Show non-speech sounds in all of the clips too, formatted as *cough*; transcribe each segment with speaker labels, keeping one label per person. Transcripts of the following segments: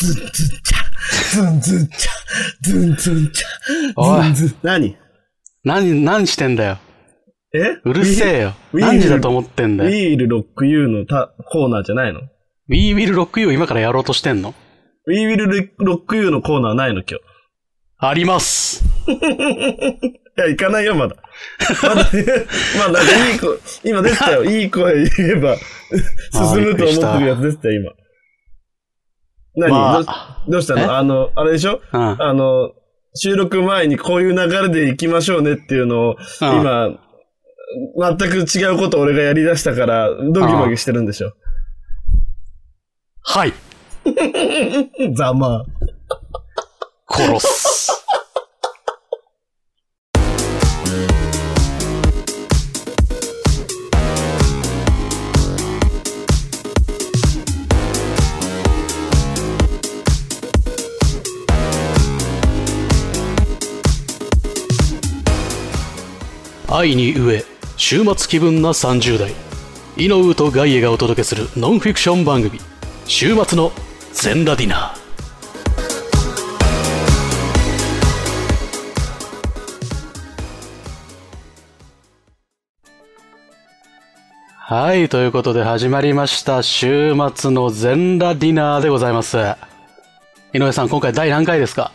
Speaker 1: ズンズンチャ、ズンズンチャ、ズンズンチ
Speaker 2: お
Speaker 1: ャ、
Speaker 2: い
Speaker 1: ズンズン。何
Speaker 2: 何、何してんだよ。
Speaker 1: え
Speaker 2: うるせえよ。
Speaker 1: We- We-
Speaker 2: 何時だと思ってんだよ。
Speaker 1: We Will Rock You のたコーナーじゃないの
Speaker 2: We Will Rock You を今からやろうとしてんの
Speaker 1: ?We Will Rock You のコーナーないの今日。
Speaker 2: あります。
Speaker 1: いや、行かないよ、ま
Speaker 2: *laughs*
Speaker 1: だ。まだ、まあ、なんかいい声、今出て
Speaker 2: *laughs*
Speaker 1: たよ。いい声言えば、
Speaker 2: あー
Speaker 1: 進むと思ってるやつ出てたよ、今。何、
Speaker 2: ま
Speaker 1: ど
Speaker 2: あ、
Speaker 1: どうした
Speaker 2: え
Speaker 1: のあの、あれでしょ
Speaker 2: うん。うん
Speaker 1: あの、収録前にこういう流れで行きましょうねっていうのを、今、全く違うことを俺がやり出したから、ドギマギしてるんでしょ。
Speaker 2: はい。
Speaker 1: ざまあ。
Speaker 2: 殺す。愛に飢え週末気分な30代イノウとガイエがお届けするノンフィクション番組「週末のゼンラディナー」はい、ということで始まりました。週末の全裸ディナーでございます。井上さん、今回第何回ですか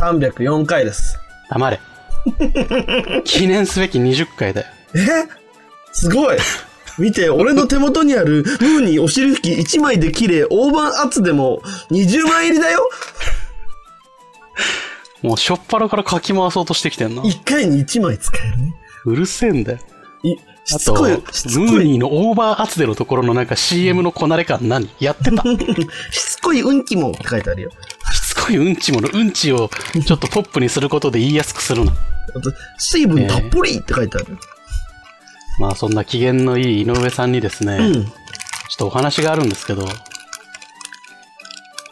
Speaker 1: 304回です。
Speaker 2: 黙れ。 *laughs* 記念すべき20回だよ。
Speaker 1: えすごい見て、俺の手元にあるムーにお尻拭き1枚で綺麗、大判厚でも20枚入りだよ
Speaker 2: もうしょっぱらからかき回そうとしてきてんな。
Speaker 1: !1 回に1枚使えるね。
Speaker 2: うるせえんだよ。
Speaker 1: いし
Speaker 2: あ
Speaker 1: つ
Speaker 2: と、
Speaker 1: こ
Speaker 2: ム
Speaker 1: い、しつこ
Speaker 2: ー
Speaker 1: い、
Speaker 2: ニーのオーバーアツデのところのなんか CM のこなれ感何やってたし
Speaker 1: しつこい運気もって書いてあるよ。
Speaker 2: つこいうんちものうんちをちょっとポップにすることで言いやすくするな。
Speaker 1: あと、水分たっぷりって書いてある。
Speaker 2: まあそんな機嫌のいい井上さんにですね、ちょっとお話があるんですけど、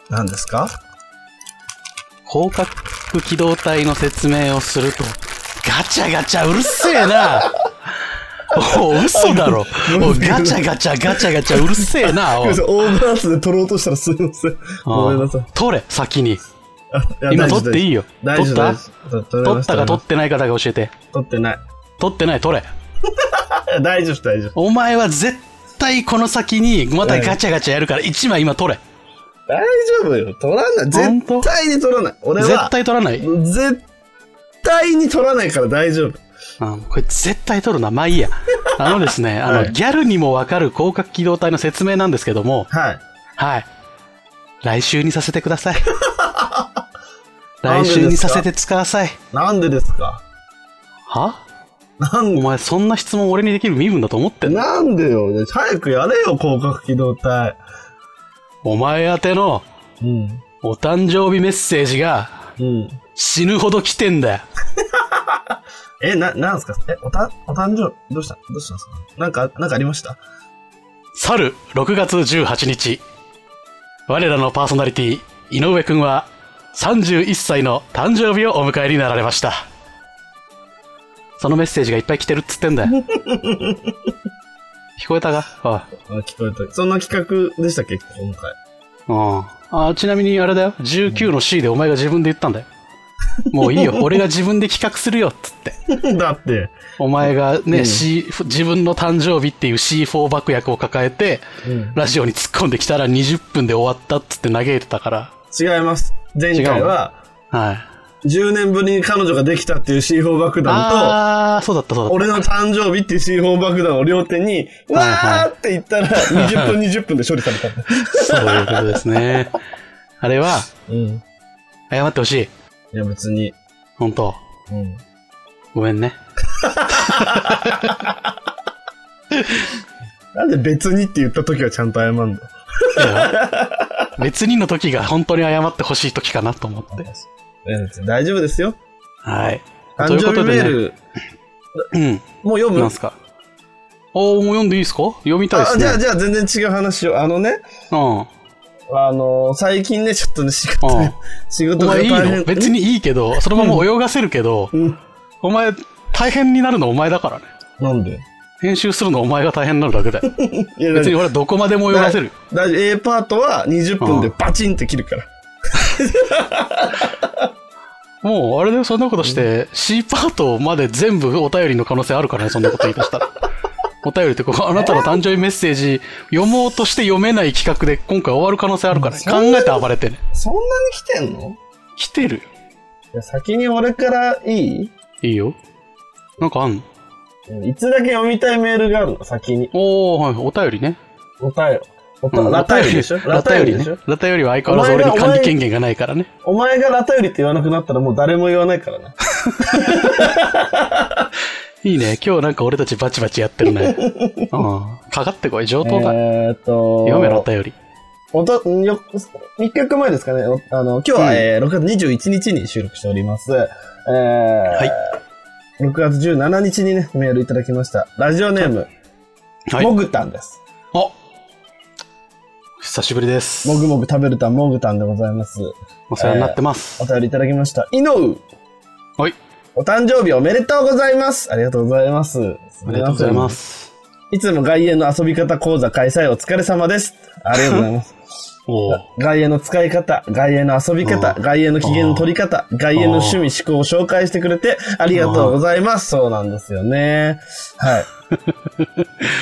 Speaker 1: 何ですか
Speaker 2: 広角機動隊の説明をすると、ガチャガチャうるせえ
Speaker 1: *laughs*
Speaker 2: なおい嘘だろおいガチャガチャガチャガチャうるせ
Speaker 1: *laughs*
Speaker 2: えなおい
Speaker 1: 大判厚で取ろうとしたらすいません。ごめんなさい。
Speaker 2: 取れ、先に。
Speaker 1: あ
Speaker 2: 今取っていいよ。
Speaker 1: 大
Speaker 2: 取
Speaker 1: 丈
Speaker 2: っ
Speaker 1: 夫
Speaker 2: た
Speaker 1: 大丈夫取れ
Speaker 2: 取
Speaker 1: ま
Speaker 2: っ
Speaker 1: した
Speaker 2: たか取ってないかだけ教えて。
Speaker 1: 取ってない。
Speaker 2: 取ってない、取れ。
Speaker 1: 大丈夫、大丈夫。
Speaker 2: お前は絶対この先にまたガチャガチャやるから1枚今取れ。
Speaker 1: 大丈夫よ。取らない。
Speaker 2: 本当
Speaker 1: 絶対に取らない。俺は。
Speaker 2: 絶対取らない。
Speaker 1: 絶対に取らないから大丈夫。
Speaker 2: うんこれ絶対取るな。まあいいや。あのですね、あの、
Speaker 1: はい
Speaker 2: ギャルにもわかる広角機動隊の説明なんですけども、
Speaker 1: はい。
Speaker 2: はい。来週にさせてください。
Speaker 1: *laughs* なん
Speaker 2: 来
Speaker 1: でですか
Speaker 2: 週にさせてください。
Speaker 1: なんでですか
Speaker 2: は
Speaker 1: なん
Speaker 2: お
Speaker 1: で
Speaker 2: 前そんな質問俺にできる身分だと思ってんの
Speaker 1: なんでよ。早くやれよ、広角機動隊。
Speaker 2: お前宛ての
Speaker 1: うん。
Speaker 2: お誕生日メッセージが
Speaker 1: うん。
Speaker 2: 死ぬほど来てんだよ。
Speaker 1: え、な、なんすかえ、おた、お誕生日、どうしたどうしたんですかなんか、なんかありました
Speaker 2: 去る6月18日我らのパーソナリティ井上くんは31歳の誕生日をお迎えになられましたそのメッセージがいっぱい来てるっつってんだよ
Speaker 1: *laughs*
Speaker 2: 聞こえたか
Speaker 1: あ、聞こえた。そんな企画でしたっけ今回。 *laughs*
Speaker 2: おいうんあちなみにあれだよ19の C でお前が自分で言ったんだよもういいよ *laughs* 俺が自分で企画するよっつって
Speaker 1: だって。
Speaker 2: お前がね、
Speaker 1: うん
Speaker 2: C 自分の誕生日っていう C4 爆薬を抱えて
Speaker 1: うん。
Speaker 2: ラジオに突っ込んできたら20分で終わったっつって嘆いてたから
Speaker 1: 違います。前回は、
Speaker 2: はい。
Speaker 1: 10年ぶりに彼女ができたっていう C4 爆弾と、
Speaker 2: ああ、そうだった、そうだっ
Speaker 1: 俺の誕生日っていう C4 爆弾を両手に、
Speaker 2: はいはい
Speaker 1: わーって言ったら、20分20分で処理されたんだ。
Speaker 2: た。そういうことですね。 *laughs* あれは、
Speaker 1: *laughs* うん。
Speaker 2: 謝ってほしい。
Speaker 1: いや、別に。
Speaker 2: 本当
Speaker 1: うん。
Speaker 2: ごめんね。
Speaker 1: なんで別にって言った時はちゃんと謝るの
Speaker 2: いや別にの時が本当に謝ってほしい時かなと思って。
Speaker 1: 大丈夫ですよ。
Speaker 2: *laughs* はい。とい
Speaker 1: 誕
Speaker 2: うこ
Speaker 1: 生日
Speaker 2: と
Speaker 1: メー
Speaker 2: でね、
Speaker 1: ル、
Speaker 2: うん。
Speaker 1: もう読む
Speaker 2: なんすか。おお、もう読んでいいですか読みたいです
Speaker 1: あ、
Speaker 2: ね。
Speaker 1: じゃあ、じゃあ全然違う話を。あのね、
Speaker 2: うん。うん。
Speaker 1: あのー最近ね、ちょっとね、仕事、仕
Speaker 2: お
Speaker 1: 事が大
Speaker 2: 前いい
Speaker 1: 変。
Speaker 2: の別にいいけど、そのまま泳がせるけど、
Speaker 1: うん。
Speaker 2: お前、大変になるのお前だからね。
Speaker 1: なんで
Speaker 2: 編集するのお前が大変なのだけだよ。
Speaker 1: いや
Speaker 2: 別に俺はどこまでも泳がせる。
Speaker 1: だ A パートは20分でバチンって切るから。
Speaker 2: もう、あれでそんなことして、C パートまで全部お便りの可能性あるからね、そんなこと言い出したら。お便りってここ、あなたの誕生日メッセージ読もうとして読めない企画で今回終わる可能性あるから、ね、
Speaker 1: そ
Speaker 2: 考
Speaker 1: んな
Speaker 2: えて暴れてね。
Speaker 1: そんなに来てんの
Speaker 2: 来てる
Speaker 1: いや先に俺からいい
Speaker 2: いいよ。なんかあんの
Speaker 1: いつだけ読みたいメールがあるの先に。
Speaker 2: おー、はい、お便りね。
Speaker 1: お便り。おた
Speaker 2: うん
Speaker 1: ラタよりでしょ
Speaker 2: *laughs* ラタより
Speaker 1: で
Speaker 2: ね
Speaker 1: しょ。
Speaker 2: ラタよりは相変わらず俺に管理権限がないからね。
Speaker 1: お前がラタよりって言わなくなったらもう誰も言わないからな。
Speaker 2: いいね。今日なんか俺たちバチバチやって
Speaker 1: *laughs*
Speaker 2: るね。うん。かかってこい。上等だ。
Speaker 1: えーっと、
Speaker 2: 読めろ、お便り。
Speaker 1: おと、よ、一曲前ですかね。おあの、今日は、
Speaker 2: うん
Speaker 1: えー6月21日に収録しております。えー、
Speaker 2: い
Speaker 1: 6月17日にね、メールいただきました。ラジオネーム、
Speaker 2: はい。
Speaker 1: もぐたんです。
Speaker 2: あ久しぶりです。
Speaker 1: もぐもぐ食べるたん、もぐたんでございます。
Speaker 2: お世話になってます
Speaker 1: お。便りいただきました。いのう
Speaker 2: はい。
Speaker 1: お誕生日おめでとうございます。ありがとうございます。
Speaker 2: ありがとうございま。す。
Speaker 1: いつも外苑の遊び方講座開催お疲れ様です。ありがとうござい
Speaker 2: *laughs*
Speaker 1: ます。
Speaker 2: おー
Speaker 1: 外苑の使い方、外苑の遊び方、
Speaker 2: うん
Speaker 1: 外苑の機嫌の取り方、外苑の趣味思考を紹介してくれてありがとうございます。そうなんですよね。
Speaker 2: *laughs*
Speaker 1: はい。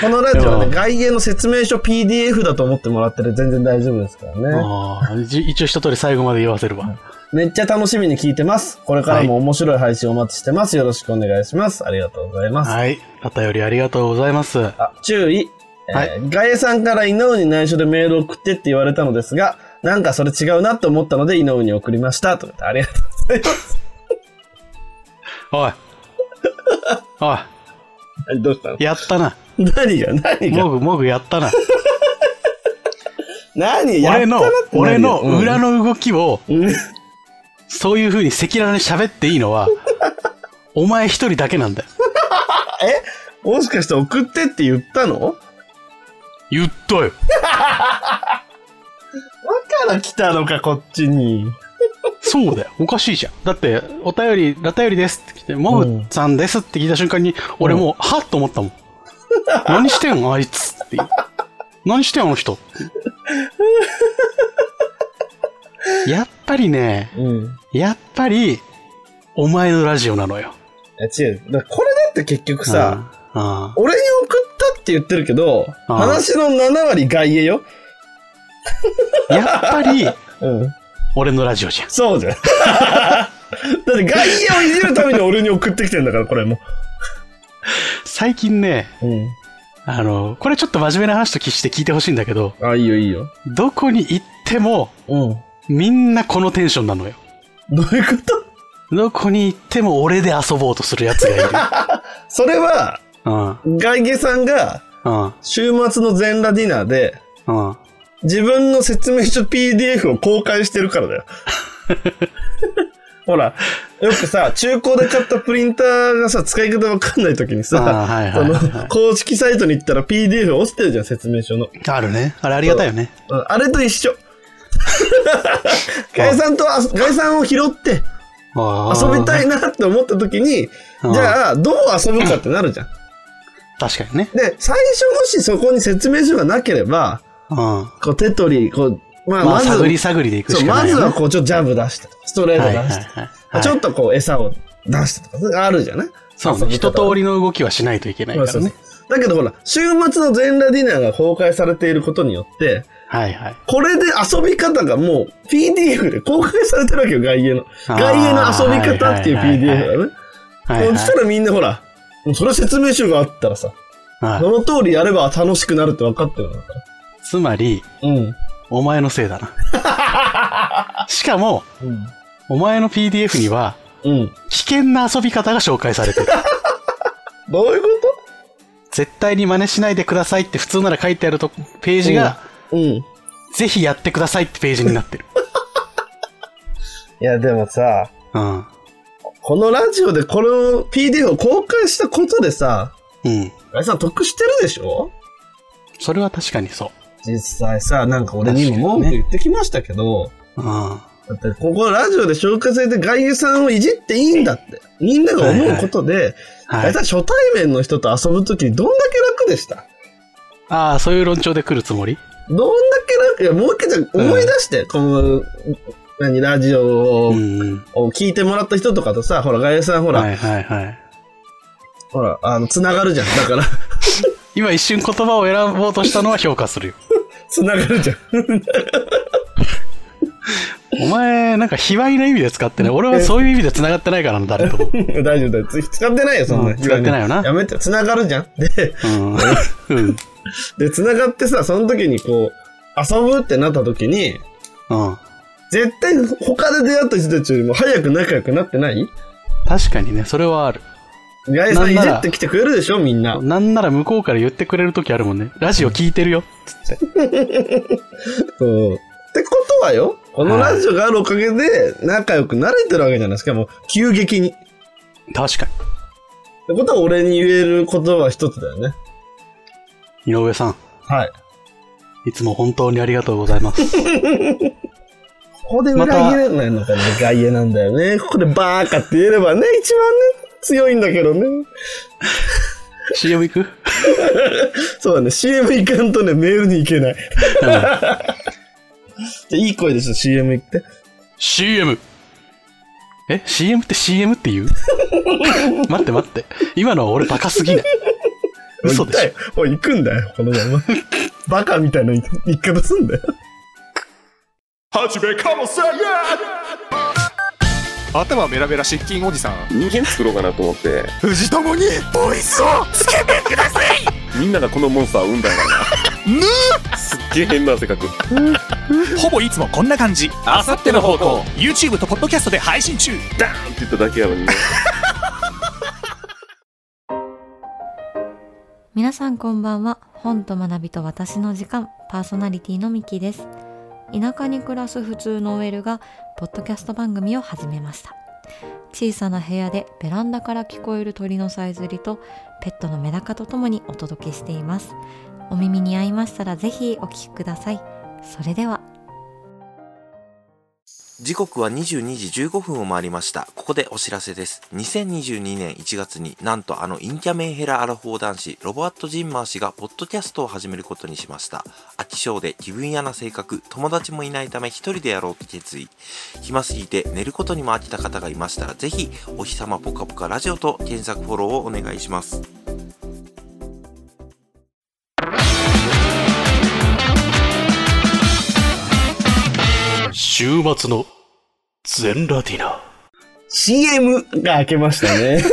Speaker 1: このラジオはね、
Speaker 2: でも
Speaker 1: 外苑の説明書 PDF だと思ってもらってる全然大丈夫ですからね。
Speaker 2: あーじ一応一通り最後まで言わせるわ。
Speaker 1: めっちゃ楽しみに聞いてます。これからも面白い配信お待ちしてます。よろしくお願いします。ありがとうございます。
Speaker 2: はい。お便りありがとうございます。は
Speaker 1: あ、注意。えー
Speaker 2: は
Speaker 1: ガエさんから井上に内緒でメールを送ってって言われたのですが、なんかそれ違うなと思ったので井上に送りました。とありがとうございます。 *laughs*
Speaker 2: い。お
Speaker 1: 何どうしたの
Speaker 2: い。やったな。
Speaker 1: 何が何が
Speaker 2: もぐもぐやったな。
Speaker 1: 何やっ
Speaker 2: 俺
Speaker 1: たな
Speaker 2: の
Speaker 1: って、何
Speaker 2: 俺の
Speaker 1: うん
Speaker 2: 裏の動きを、
Speaker 1: うん
Speaker 2: そういう風に赤裸々に喋っていいのは、お前一人だけなんだよ。
Speaker 1: もしかして送ってって言ったの
Speaker 2: 言ったよ。
Speaker 1: だから来たのか、こっちに。
Speaker 2: そうだよ。おかしいじゃん。だって、お便り、ラタよりですって来て、もぐさんですって聞いた瞬間に、俺もう、はっと思ったもん。何してんのあいつっていう。何してんのあの人。やっぱりね、
Speaker 1: うん。
Speaker 2: やっぱり、お前のラジオなのよ。
Speaker 1: いや違う。だからこれだって結局さ、
Speaker 2: ああ、
Speaker 1: 俺に送ったって言ってるけど、
Speaker 2: うん
Speaker 1: 話の7割外へよ。
Speaker 2: やっぱり、
Speaker 1: うん。
Speaker 2: 俺のラジオじゃん。
Speaker 1: そうじゃん。だ *laughs* って外野をいじるために俺に送ってきてんだから、これも。
Speaker 2: 最近ね、
Speaker 1: うん。
Speaker 2: あの、これちょっと真面目な話と聞して聞いてほしいんだけど、
Speaker 1: あ、いいよいいよ。
Speaker 2: どこに行っても、
Speaker 1: うん。
Speaker 2: みんなこのテンションなのよ。
Speaker 1: どういうこと
Speaker 2: どこに行っても俺で遊ぼうとするやつ
Speaker 1: *laughs*
Speaker 2: がいる。
Speaker 1: それは、
Speaker 2: うん、
Speaker 1: 外野さんが
Speaker 2: う
Speaker 1: 週末の全裸ディナーで、
Speaker 2: ん、うん。
Speaker 1: 自分の説明書 PDF を公開してるから *laughs* だよ。ほら、よくさ、中古で買ったプリンターがさ、使い方わかんない時にさ、
Speaker 2: あーはい
Speaker 1: そ
Speaker 2: はい
Speaker 1: の
Speaker 2: はいは、
Speaker 1: *laughs* 公式サイトに行ったら PDF 落ちてるじゃん、説明書の。
Speaker 2: い。あるね。あれありがたいよね。
Speaker 1: うんあれと一
Speaker 2: *laughs*
Speaker 1: 緒。ガイさんとあ、ガイさんを拾って遊
Speaker 2: 遊
Speaker 1: びた
Speaker 2: い。
Speaker 1: いなって思った時に、
Speaker 2: うん
Speaker 1: じゃあどう遊ぶかってなるじゃん。
Speaker 2: 確かにね。
Speaker 1: で、最初もしそこに説明書がなければ、
Speaker 2: うん。ま
Speaker 1: こう手取り、こう、まあ、
Speaker 2: あ、
Speaker 1: まず、
Speaker 2: 探り探りでいく
Speaker 1: そう
Speaker 2: しか
Speaker 1: ま
Speaker 2: ない
Speaker 1: ず
Speaker 2: よね。
Speaker 1: はこう、ちょっとジャブ出して、ストレート
Speaker 2: は
Speaker 1: 出
Speaker 2: いはい
Speaker 1: して、
Speaker 2: はいはい。
Speaker 1: ちょっとこう、餌を出してとか、あるじゃない
Speaker 2: そうね、一通りの動きはしないといけないから
Speaker 1: そうそう
Speaker 2: ね。
Speaker 1: そうだけどほら、週末の全裸ディナーが公開されていることによって、
Speaker 2: はいはい。
Speaker 1: これで遊び方がもう PDF で公開されてるわけよ、外遊の。
Speaker 2: あー
Speaker 1: 外遊の遊び方っていう
Speaker 2: はいはいはいはい
Speaker 1: PDF がね。
Speaker 2: はい
Speaker 1: そ
Speaker 2: は
Speaker 1: したらみんなほら、もうそれは説明書があったらさ、
Speaker 2: い。は
Speaker 1: その通りやれば楽しくなるって分かってるんだから。
Speaker 2: いつまり、
Speaker 1: うん。
Speaker 2: お前のせいだな。
Speaker 1: *laughs*
Speaker 2: しかも、
Speaker 1: うん。
Speaker 2: お前の PDF には、
Speaker 1: うん。
Speaker 2: 危険な遊び方が紹介され *laughs* てる。
Speaker 1: どういうこ
Speaker 2: 絶対に真似しないでくださいって普通なら書いてあるとページが、
Speaker 1: とうん。い
Speaker 2: ぜひやってくださいってページになってる。
Speaker 1: や、でもさ、
Speaker 2: うん。
Speaker 1: このラジオでこの PDF を公開したことでさ、
Speaker 2: うん。
Speaker 1: あれさん得してるでしょ
Speaker 2: それは確かにそう。
Speaker 1: 実際さ、なんか俺にも文句言ってきましたけど、
Speaker 2: うん。
Speaker 1: だってここラジオで紹介されて外遊さんをいじっていいんだって、みんなが思うことで、
Speaker 2: はい
Speaker 1: 大体初対面の人と遊ぶときにどんだけ楽でした
Speaker 2: ああ、そういう論調で来るつもり
Speaker 1: どんだけ楽、いや、もう一回じゃあ思い出して、この、何、ラジオを
Speaker 2: うん。
Speaker 1: を聞いてもらった人とかとさ、ほら、ガエさんほら、
Speaker 2: はいはいはい。
Speaker 1: ほら、あの、つながるじゃん。だから、 *laughs*
Speaker 2: 今一瞬言葉を選ぼうとしたのは評価するよ。
Speaker 1: つながるじゃん。
Speaker 2: お前、なんか卑猥な意味で使ってね。俺はそういう意味で繋がってないからな、誰とも。
Speaker 1: *laughs* 大丈夫だよ。つ使ってないよ、そんな。
Speaker 2: うん使ってないよな
Speaker 1: やめて、つながるじゃん。で、
Speaker 2: *laughs* うん。うん。
Speaker 1: で、つながってさ、その時にこう、遊ぶってなった時に、
Speaker 2: うん。
Speaker 1: 絶対他で出会った人たちよりも早く仲良くなってない
Speaker 2: 確かにね、それはある。
Speaker 1: ガエさんい
Speaker 2: なん
Speaker 1: じ
Speaker 2: なら
Speaker 1: ってきてくれるでしょ、みんな。
Speaker 2: なんなら向こうから言ってくれる時あるもんね。ラジオ聞いてるよ。つって。
Speaker 1: そう。ってことはよ、このラジオがあるおかげで仲良くなれてるわけじゃない。しかも、急激に。っ
Speaker 2: 確か
Speaker 1: てことは俺に言える言葉は一つだよね。
Speaker 2: に。井上さん、
Speaker 1: はい。
Speaker 2: いつも本当にありがとうござい *laughs* ます。
Speaker 1: ここで裏切れないのかね、外野なんだよね。ここでバーカって言えればね、一番ね、強いんだけどね。
Speaker 2: CM 行く
Speaker 1: そうだね、CM いかんとね、メールに行け *laughs* ない。じゃあいい声でちょっと CM 行って。
Speaker 2: CM! え ?CM って CM って *laughs* 言う待って待って。今のは俺バカすぎない。嘘でし
Speaker 1: ょ。
Speaker 2: ょ。
Speaker 1: おい、行くんだよ、このまま。バ
Speaker 2: *laughs*
Speaker 1: カみたいな言い方すんだよ。
Speaker 3: 始めかもせん頭ベラベラ失禁おじさん
Speaker 4: 人間作ろうかなと思って
Speaker 3: 藤友にボイスをつけてください
Speaker 4: *laughs* みんながこのモンスターを産んだんだな
Speaker 3: ぬ
Speaker 4: すっげえ変な性格
Speaker 3: ほぼいつもこんな感じあさっての方向 YouTube とポッドキャストで配信中
Speaker 4: ダーンって言っただけやのにね
Speaker 5: 皆さんこんばんは本と学びと私の時間パーソナリティのミキです田舎に暮らす普通の OL がポッドキャスト番組を始めました小さな部屋でベランダから聞こえる鳥のさえずりとペットのメダカとともにお届けしていますお耳に合いましたらぜひお聞きくださいそれでは
Speaker 6: 時刻は22時15分を回りました。ここでお知らせです。2022年1月になんとあのインキャメンヘラアラフォー男子ロボアット・ジンマー氏がポッドキャストを始めることにしました。飽き性で気分屋な性格、友達もいないため一人でやろうと決意。暇すぎて寝ることにも飽きた方がいましたらぜひお日様ポカポカラジオと検索フォローをお願いします。
Speaker 2: 週末の全ラティナ。
Speaker 1: CM が開けましたね。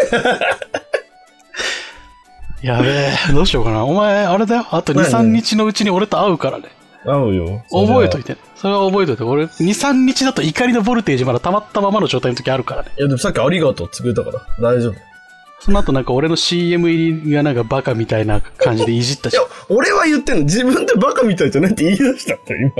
Speaker 2: やべえ、どうしようかな。お前、あれだよ。あと2、
Speaker 1: 何
Speaker 2: 3日のうちに俺と会うからね。
Speaker 1: *laughs* 合うよ。
Speaker 2: 覚えとい
Speaker 1: て。
Speaker 2: て。それは覚えといて。俺、2、3日だと怒りのボルテージまだ溜まったままの状態の時あるからね。
Speaker 1: いや、でもさっきありがとうって言ってくれたから、大丈夫。い
Speaker 2: その後なんか俺の CM 入りがなんかバカみたいな感じでいじったし
Speaker 1: や。、俺は言ってんの。自分でバカみたいじゃないって言い出した
Speaker 2: *laughs*
Speaker 1: って、今。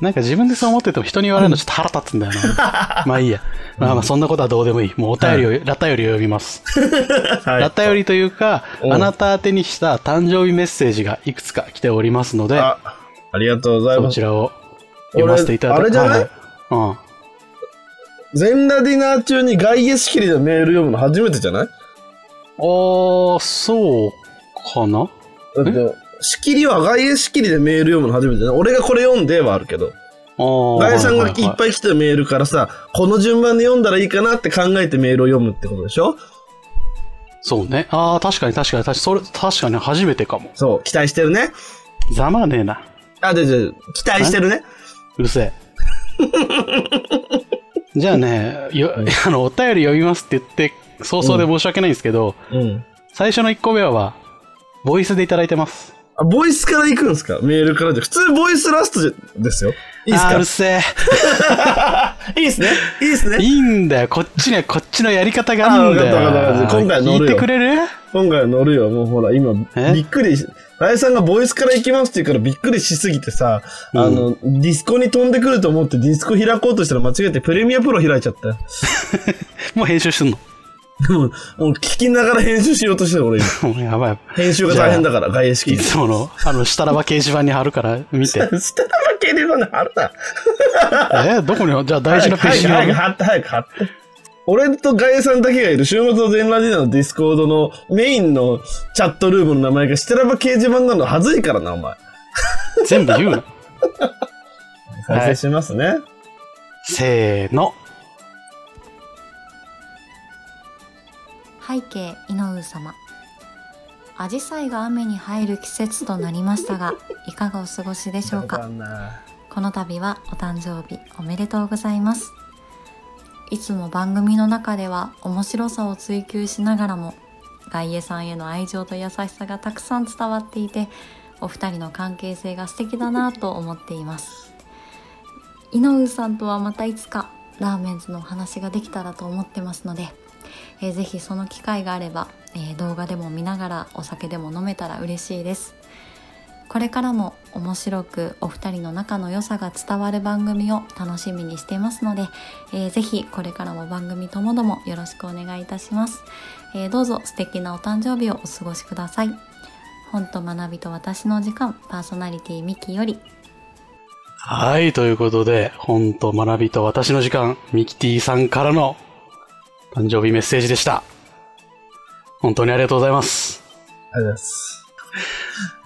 Speaker 2: なんか自分でそう思ってても人に言われるのちょっと腹立つんだよな。 *laughs* まあいいや。まあまあそんなことはどうでもいい。もうお便りを、ラタよりを読みます。
Speaker 1: は
Speaker 2: ラタよりというか、
Speaker 1: うん
Speaker 2: あなた宛てにした誕生日メッセージがいくつか来ておりますので、
Speaker 1: あ、ありがとうござい
Speaker 2: そ
Speaker 1: ま
Speaker 2: ち
Speaker 1: す。
Speaker 2: らを読ませていただき
Speaker 1: 俺あれじゃない
Speaker 2: はいうん。
Speaker 1: 全裸ディナー中に外野仕切りでメール読むの初めてじゃない
Speaker 2: あー、そうかな
Speaker 1: だって、仕切りは外野仕切りでメール読むの初めてじゃない俺がこれ読んではあるけど。
Speaker 2: あー
Speaker 1: ガエさんがい
Speaker 2: はいはい
Speaker 1: っぱい来たメールからさ、この順番で読んだらいいかなって考えてメールを読むってことでしょ
Speaker 2: そうね。あー、確かに確かに確かに、それ、確かに初めてかも。
Speaker 1: そう、期待してるね。
Speaker 2: ざまあねえな。
Speaker 1: あ、で、で、期待してるね。
Speaker 2: うるせえ。 *laughs* じゃあね、よあの、お便り読みますって言って、早々で申し訳ないんですけど、
Speaker 1: うん。
Speaker 2: 最初の1個目は、ボイスでいただいてます。
Speaker 1: あ、ボイスから行くんですかメールからで。普通ボイスラストじゃですよ。いいっす
Speaker 2: あーうる
Speaker 1: か
Speaker 2: せえ。
Speaker 1: いいっすね。いいっす
Speaker 2: い
Speaker 1: ね。
Speaker 2: いんだよ。こっちにはこっちのやり方があるんだよ。
Speaker 1: あーわかったわかった今回乗
Speaker 2: 聞
Speaker 1: る
Speaker 2: い
Speaker 1: よ
Speaker 2: てくれる
Speaker 1: 今回乗るよ。もうほら、今、
Speaker 2: え
Speaker 1: びっくりし、ガエさんがボイスから行きますって言うからびっくりしすぎてさ、
Speaker 2: うん
Speaker 1: あの、ディスコに飛んでくると思ってディスコ開こうとしたら間違えてプレミアプロ開いちゃったよ。
Speaker 2: もう編集してんの。
Speaker 1: でも、もう聞きながら編集しようとしてる俺今。
Speaker 2: もうやばい。
Speaker 1: 編集が大変だから、外影式
Speaker 2: い。つもの、あの、下らば掲示板に貼るから見
Speaker 1: *laughs*
Speaker 2: て。
Speaker 1: 捨てたわけではない。あるな。
Speaker 2: えどこに、じゃあ大事なページに貼
Speaker 1: 早く早く早く
Speaker 2: る
Speaker 1: 貼って、早く貼って。俺とガエさんだけがいる週末の全ラジのディスコードのメインのチャットルームの名前がステラバ掲示板なのはずいからな、お前。
Speaker 2: 全部言うな。
Speaker 1: 再生しますね。
Speaker 2: せーの。
Speaker 5: 背景井上様紫陽花が雨に入る季節となりましたがいかがお過ごしでしょうかこの度はお誕生日おめでとうございますいつも番組の中では面白さを追求しながらも外衛さんへの愛情と優しさがたくさん伝わっていてお二人の関係性が素敵だなと思っています井上さんとはまたいつかラーメンズのお話ができたらと思ってますのでえーぜひその機会があれば、えー動画でも見ながらお酒でも飲めたら嬉しいですこれからも面白くお二人の仲の良さが伝わる番組を楽しみにしていますので、えーぜひこれからも番組ともどもよろしくお願いいたします、えーどうぞ素敵なお誕生日をお過ごしください本と学びと私の時間パーソナリティミキより
Speaker 2: はい、ということで、本と学びと私の時間、ミキティさんからの誕生日メッセージでした。本当にありがとうございます。
Speaker 1: ありがとうございます。
Speaker 2: あ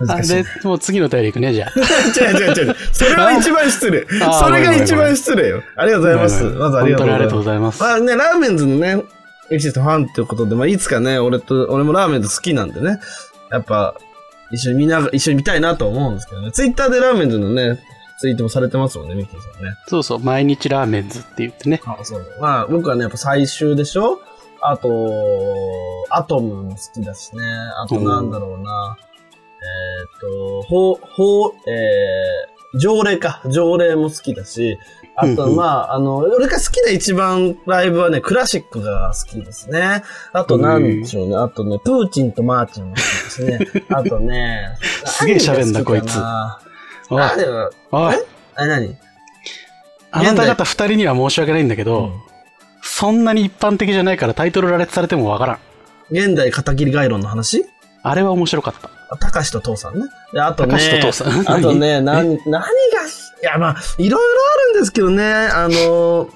Speaker 1: 難しい
Speaker 2: で、もう次のお便り行くね、じゃあ。
Speaker 1: 違う違う違う。それは一番失礼。
Speaker 2: あー
Speaker 1: それが一番失礼よ。ありがとうございます。まずありがとうご
Speaker 2: 本当にあり
Speaker 1: ざい
Speaker 2: が
Speaker 1: ま
Speaker 2: とう
Speaker 1: す
Speaker 2: ご。ざいます。
Speaker 1: まあね、ラーメンズのね、エキシストファンということで、まあいつかね、俺と、俺もラーメンズ好きなんでね、やっぱ、一緒に見な、一緒に見たいなと思うんですけどね。ツイッターでラーメンズのね、ツイートもされてますもんね、ミッキーさんね。
Speaker 2: そうそう、毎日ラーメンズって言ってね。
Speaker 1: あそうそう。まあ僕はね、やっぱ最終でしょあと、アトムも好きだしね。あとなんだろうな。えーっと、法、法、えー、条例か。条例も好きだし。あと、
Speaker 2: うんうん
Speaker 1: まあ、あの、俺が好きな一番ライブはね、クラシックが好きですね。あと、なんでしょうね。あとね、プーチンとマーチンも好きですね。
Speaker 2: *laughs*
Speaker 1: あとね、
Speaker 2: すげえ喋んなこいつ
Speaker 1: あ、
Speaker 2: おい、
Speaker 1: でも、
Speaker 2: おい、
Speaker 1: あれ何
Speaker 2: あなた方二人には申し訳ないんだけど、そんなに一般的じゃないからタイトル羅列されてもわからん。
Speaker 1: 現代片切り概論の話
Speaker 2: あれは面白かった。
Speaker 1: あたかしと父さんね。であとね、
Speaker 2: 高橋と父さん。
Speaker 1: あとね、な
Speaker 2: 何
Speaker 1: ん、何がし、いや、まあ、いろいろあるんですけどね、あの、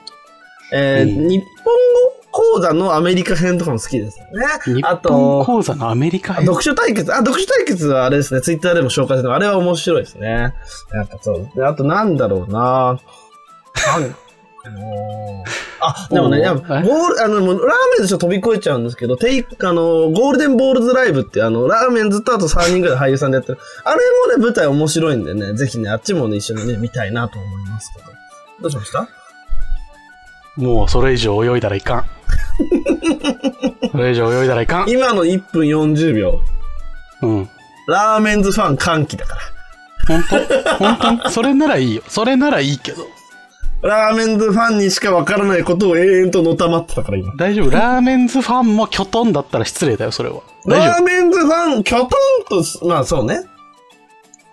Speaker 1: えー
Speaker 2: うん
Speaker 1: 日本語講座のアメリカ編とかも好きですよね
Speaker 2: 日。
Speaker 1: あ
Speaker 2: 本
Speaker 1: と、
Speaker 2: 講座のアメリカ
Speaker 1: あ
Speaker 2: 編。
Speaker 1: 読書対決、あ、読書対決はあれですね、ツイッターでも紹介してるあれは面白いですね。やっぱそう。であと、なんだろうななんあのーあ、でもね、
Speaker 2: おー
Speaker 1: やっぱ、ゴール、あの、もうラーメンズちょっと飛び越えちゃうんですけど、テイク、あの、ゴールデンボールズライブって、あの、ラーメンズとあと3人ぐらい俳優さんでやってる。あれもね、舞台面白いんでね、ぜひね、あっちもね、一緒にね、見たいなと思いますけど。どうしました
Speaker 2: もうそれ以上泳いだら
Speaker 1: *laughs*
Speaker 2: いかん。それ以上泳いだらいかん。
Speaker 1: 今の1分40秒、
Speaker 2: うん。
Speaker 1: ラーメンズファン歓喜だから。
Speaker 2: 本当本当それならいいよ。それならいいけど。
Speaker 1: ラーメンズファンにしかわからないことを永遠とのたまってたから、今。
Speaker 2: 大丈夫。ラーメンズファンもキョトンだったら失礼だよ、それは。大
Speaker 1: ラー
Speaker 2: 丈
Speaker 1: メンズファン、キョトンとす、まあそうね。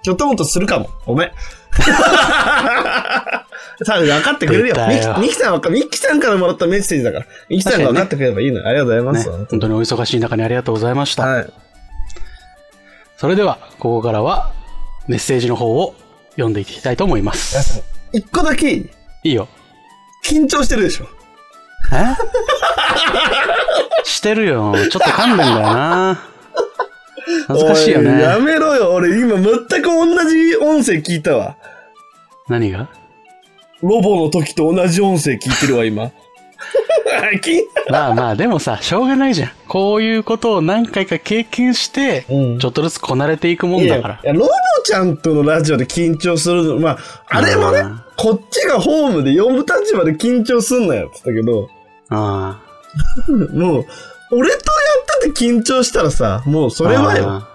Speaker 1: キョトンとするかも。ご
Speaker 2: *laughs*
Speaker 1: めん。さあ、分かってくれるよ
Speaker 2: 出。た
Speaker 1: ミ
Speaker 2: よ
Speaker 1: キミキさんは、ミキさんからもらったメッセージだから。ミキさんが分かってくれればいいのよ。ありがとうございます。
Speaker 2: 夫。ね、本当にお忙しい中にありがとうございました。
Speaker 1: はい。
Speaker 2: それでは、ここからは、メッセージの方を読んでいきたいと思います。
Speaker 1: 一個だけ、
Speaker 2: いいよ。
Speaker 1: 緊張してるでしょ。
Speaker 2: え *laughs* してるよ。ちょっと噛んでんだよな。恥ずかしいよ
Speaker 1: おや
Speaker 2: ね。
Speaker 1: めろよ。俺今全く同じ音声聞いたわ。
Speaker 2: 何が
Speaker 1: ロボの時と同じ音声聞いてるわ、
Speaker 2: *laughs*
Speaker 1: 今。き
Speaker 2: まあまあ、でもさ、しょうがないじゃん。こういうことを何回か経験して、
Speaker 1: うん
Speaker 2: ちょっとずつこなれていくもんだから
Speaker 1: い。やいやロボちゃんとのラジオで緊張するの、まあ、あれもね
Speaker 2: うん、
Speaker 1: こっちがホームで読む立場で緊張すんなよって言ったけど、
Speaker 2: あ
Speaker 1: *laughs* もう、俺とやってて緊張したらさ、もう
Speaker 2: あ
Speaker 1: それはよ。
Speaker 2: ああ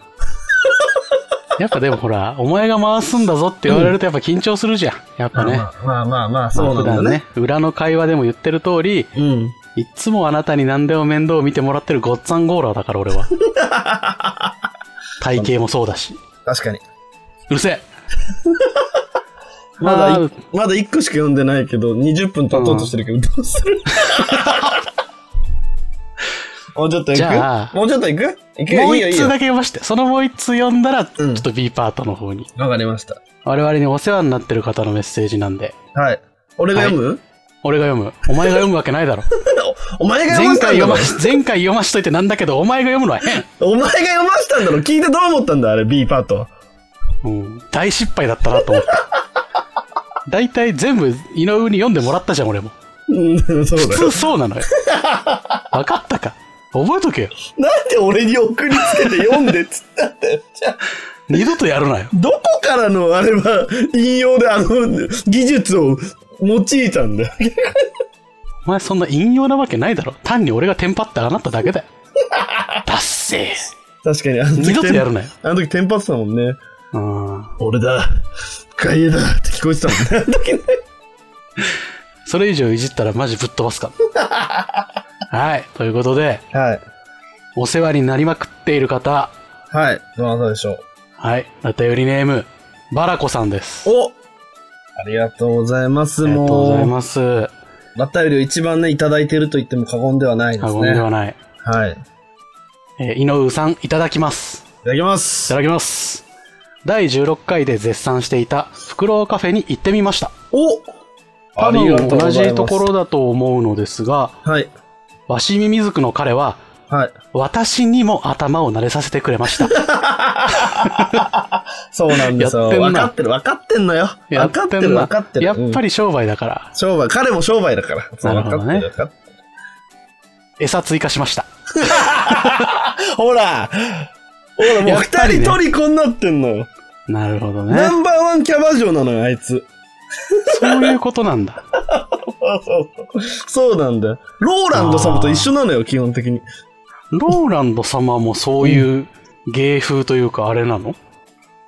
Speaker 2: やっぱでもほら、お前が回すんだぞって言われるとやっぱ緊張するじゃん。やっぱね。
Speaker 1: まあまあまあ、
Speaker 2: まあ普段ね。、裏の会話でも言ってる通り、
Speaker 1: うん。
Speaker 2: いっつもあなたに何でも面倒を見てもらってるごっつぁんゴーラーだから俺
Speaker 1: *laughs*
Speaker 2: は。体型もそうだし。
Speaker 1: 確かに。
Speaker 2: うるせえ
Speaker 1: まだ
Speaker 2: あー
Speaker 1: い、まだ1個しか読んでないけど、20分経とうとしてるけど、どうする *laughs* もうちょっと
Speaker 2: じゃ
Speaker 1: 行
Speaker 2: あ
Speaker 1: くもうちょっと行く行く
Speaker 2: も
Speaker 1: よ、
Speaker 2: う
Speaker 1: いいよ、
Speaker 2: 一
Speaker 1: いい
Speaker 2: 通
Speaker 1: よ
Speaker 2: だ。け読まして、そのもう一通読んだら、ち
Speaker 1: う
Speaker 2: ょ
Speaker 1: ん
Speaker 2: っと B パートの方に。
Speaker 1: わかりました。
Speaker 2: 我々にお世話になってる方のメッセージなんで、
Speaker 1: はい。俺が読む
Speaker 2: 俺が読む。お前が読むわけないだろ。
Speaker 1: お前が読ま
Speaker 2: 前
Speaker 1: せたん
Speaker 2: 回
Speaker 1: だ
Speaker 2: 読
Speaker 1: ろ
Speaker 2: まし、 *laughs* 前回読ましといてなんだけど、お前が読むのは変。
Speaker 1: お前が読ませたんだろ聞いてどう思ったんだあれ、B パート。
Speaker 2: うん、大失敗だったなと思った。 *laughs* 大体全部井上に読んでもらったじゃん、俺も。
Speaker 1: うん、そうだ
Speaker 2: 普
Speaker 1: よ
Speaker 2: 通。そうなのよ。分かったか。覚えとけよ。
Speaker 1: *laughs* なんで俺に送りつけて読んでっつったんだよ。じゃあ
Speaker 2: 二度とやるなよ。
Speaker 1: どこからのあれは引用であの技術を用いたんだよ。
Speaker 2: お前そんな引用なわけないだろ。単に俺がテンパってあなっただけ
Speaker 1: *laughs*
Speaker 2: だよ。達成。
Speaker 1: 確かに、あの時
Speaker 2: 二度とやるなよ。
Speaker 1: あの時テンパってたもんね。
Speaker 2: うん。
Speaker 1: 俺だ、外野だって聞こえてたも
Speaker 2: *laughs*
Speaker 1: んね。
Speaker 2: それ以上いじったらマジぶっ飛ば
Speaker 1: *laughs*
Speaker 2: すから。はい。ということで、
Speaker 1: はい。
Speaker 2: お世話になりまくっている方、
Speaker 1: はい。どなたでしょう。
Speaker 2: はい。お便りネーム、バラコさんです。
Speaker 1: おありがとうございます。
Speaker 2: ありがとうござい
Speaker 1: も
Speaker 2: ます。
Speaker 1: う、お便りを一番ね、いただいてると言っても過言ではないで
Speaker 2: 過
Speaker 1: す
Speaker 2: 言
Speaker 1: ね。
Speaker 2: ではない。
Speaker 1: はい。い
Speaker 2: えー井上さん、いただきます。
Speaker 1: ただきま
Speaker 2: い
Speaker 1: す
Speaker 2: た。だきます。第16回で絶賛していたフクロウカフェに行ってみました。
Speaker 1: お
Speaker 2: 多分同じとこ
Speaker 1: ろ。
Speaker 2: ろだと思うのですが、
Speaker 1: はい。
Speaker 2: 鷲見水くの彼は、
Speaker 1: はい。
Speaker 2: 私にも頭を慣れさせてくれました。
Speaker 1: そうなんですよ。
Speaker 2: やってんな
Speaker 1: 分かってる、分かってんのよ。 *laughs* 分かってる、
Speaker 2: な
Speaker 1: 分かってる。
Speaker 2: やっぱ
Speaker 1: り。
Speaker 2: り商売だから、
Speaker 1: 商売、彼も商売だから。そう、
Speaker 2: なる
Speaker 1: 分か
Speaker 2: ほど
Speaker 1: っ
Speaker 2: ね
Speaker 1: てる。分かってる
Speaker 2: 餌追加しました。
Speaker 1: ほらほら、も
Speaker 2: や
Speaker 1: う
Speaker 2: っぱ
Speaker 1: 二
Speaker 2: りね
Speaker 1: 人トリコになってんのよ。
Speaker 2: なるほどね
Speaker 1: ナ。ンバーワンキャバ嬢なのよ、あいつ。 *laughs*
Speaker 2: そういうことなんだ。
Speaker 1: そうそうそう。そうなんだよ。ローランド様と一緒なのよ、基本的に。
Speaker 2: ローランド様もそういう芸風というか、あれなの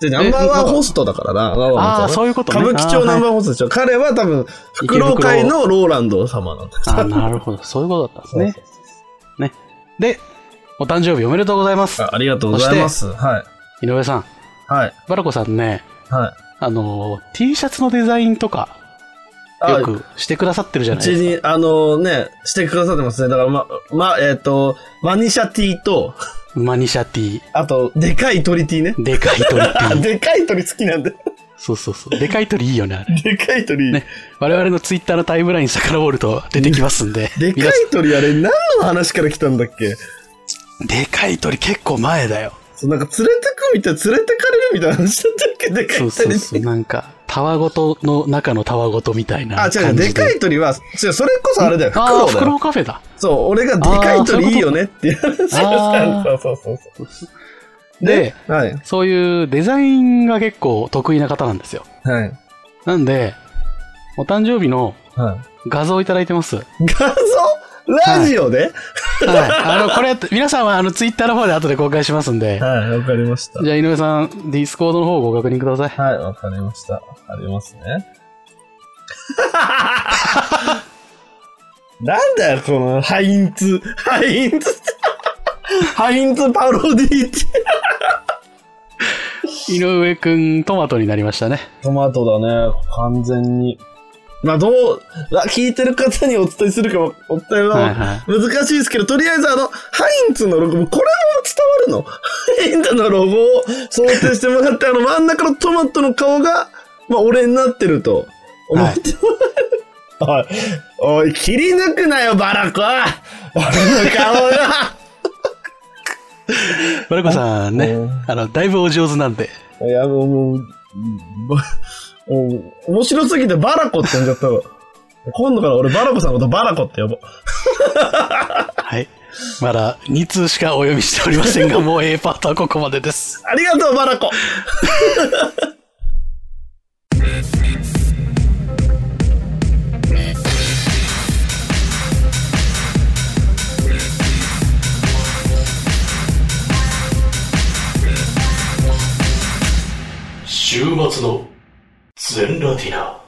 Speaker 1: で、ナンバーワンホストだからな。
Speaker 2: ああ、そういうことね。
Speaker 1: 歌舞伎
Speaker 2: あーは
Speaker 1: 町
Speaker 2: い
Speaker 1: ナンバーワンホストでしょ。彼は多分、福
Speaker 2: 池袋
Speaker 1: 老会のローランド様なんだ。
Speaker 2: あなるほど。そういうことだったんですね。ね。で、お誕生日おめでとうございます。
Speaker 1: あありがとうございます。はい。
Speaker 2: 井上さん、
Speaker 1: はい。
Speaker 2: バラコさんね、
Speaker 1: はい。
Speaker 2: あの、T シャツのデザインとか、
Speaker 1: あ
Speaker 2: よくしてくださってるじゃ
Speaker 1: う
Speaker 2: ないで
Speaker 1: ち
Speaker 2: すか。
Speaker 1: に、あのね、してくださってますね。だから、ま、ま、えっ、と、マニシャティーと、
Speaker 2: マニシャティ、
Speaker 1: あと、でかい鳥ティーね。
Speaker 2: でかい鳥
Speaker 1: *laughs*
Speaker 2: T。
Speaker 1: でかい鳥好きなんで。 *laughs*
Speaker 2: そうそうそう。でかい鳥いいよね、あれ。
Speaker 1: でかい鳥。
Speaker 2: ね我々のツイッターのタイムライン遡ると出てきますんで。
Speaker 1: *laughs* でかい
Speaker 2: 皆さ
Speaker 1: 鳥あれ、何の話から来たんだっけ
Speaker 2: んでかい鳥結構前だよ。
Speaker 1: そうなんか連れてくみたい、連れてかれるみたいな話だったっけでかい
Speaker 2: そ
Speaker 1: 鳥
Speaker 2: うそうそう。なんか、たわごとの中のたわごとみたいな
Speaker 1: あ、違う違う、
Speaker 2: 感じ
Speaker 1: でかい鳥は、違う、それこそあれだよ、フク
Speaker 2: あ
Speaker 1: ロ
Speaker 2: あ、
Speaker 1: ウ
Speaker 2: フ
Speaker 1: だ
Speaker 2: クロウ
Speaker 1: よ。
Speaker 2: カフェだ。
Speaker 1: そう、俺がでかい鳥いいよねっていう話をした
Speaker 2: あー
Speaker 1: んだ。そうそうそうそう。
Speaker 2: で、
Speaker 1: はい。
Speaker 2: そういうデザインが結構得意な方なんですよ。
Speaker 1: はい。
Speaker 2: なんで、お誕生日の
Speaker 1: は
Speaker 2: 画像をいただいてます。はい。
Speaker 1: い。
Speaker 2: *laughs*
Speaker 1: 画像ラジオで
Speaker 2: あの、これ、皆さんはあの、ツイッターの方で後で公開しますん
Speaker 1: *laughs*
Speaker 2: で、
Speaker 1: はい、わかりました。
Speaker 2: じゃあ井上さん、ディスコードの方をご確認ください。
Speaker 1: はい、わかりました。ありますね。 *laughs* なんだよ、このハインツ、ハインツ、ハインツパロディって。
Speaker 2: 井上くん、トマトになりましたね。
Speaker 1: トマトだね、完全に。まあ、どう、あ聞いてる方にお伝えするかも、お伝え
Speaker 2: はい
Speaker 1: は
Speaker 2: は
Speaker 1: 難しいですけど、とりあえずあの、ハインツのロゴ、これも伝わるのハインツのロゴを想定してもらって、あの真ん中のトマトの顔が、まあ、俺になってると思ってもらえる。おい、おい、切り抜くなよ、バラコ俺の顔が
Speaker 2: い。バルコさんね、あの、だいぶお上手なんで、
Speaker 1: いや、もう、もう、ばもう面白すぎてバラコって呼んじゃったわ。今度から俺バラコさんのことバラコって呼ぼう。
Speaker 2: はい。まだ2通しかお読みしておりませんが、もう A パートはここまでです。
Speaker 1: ありがとう、バラコ
Speaker 2: 週末の全ラティナ。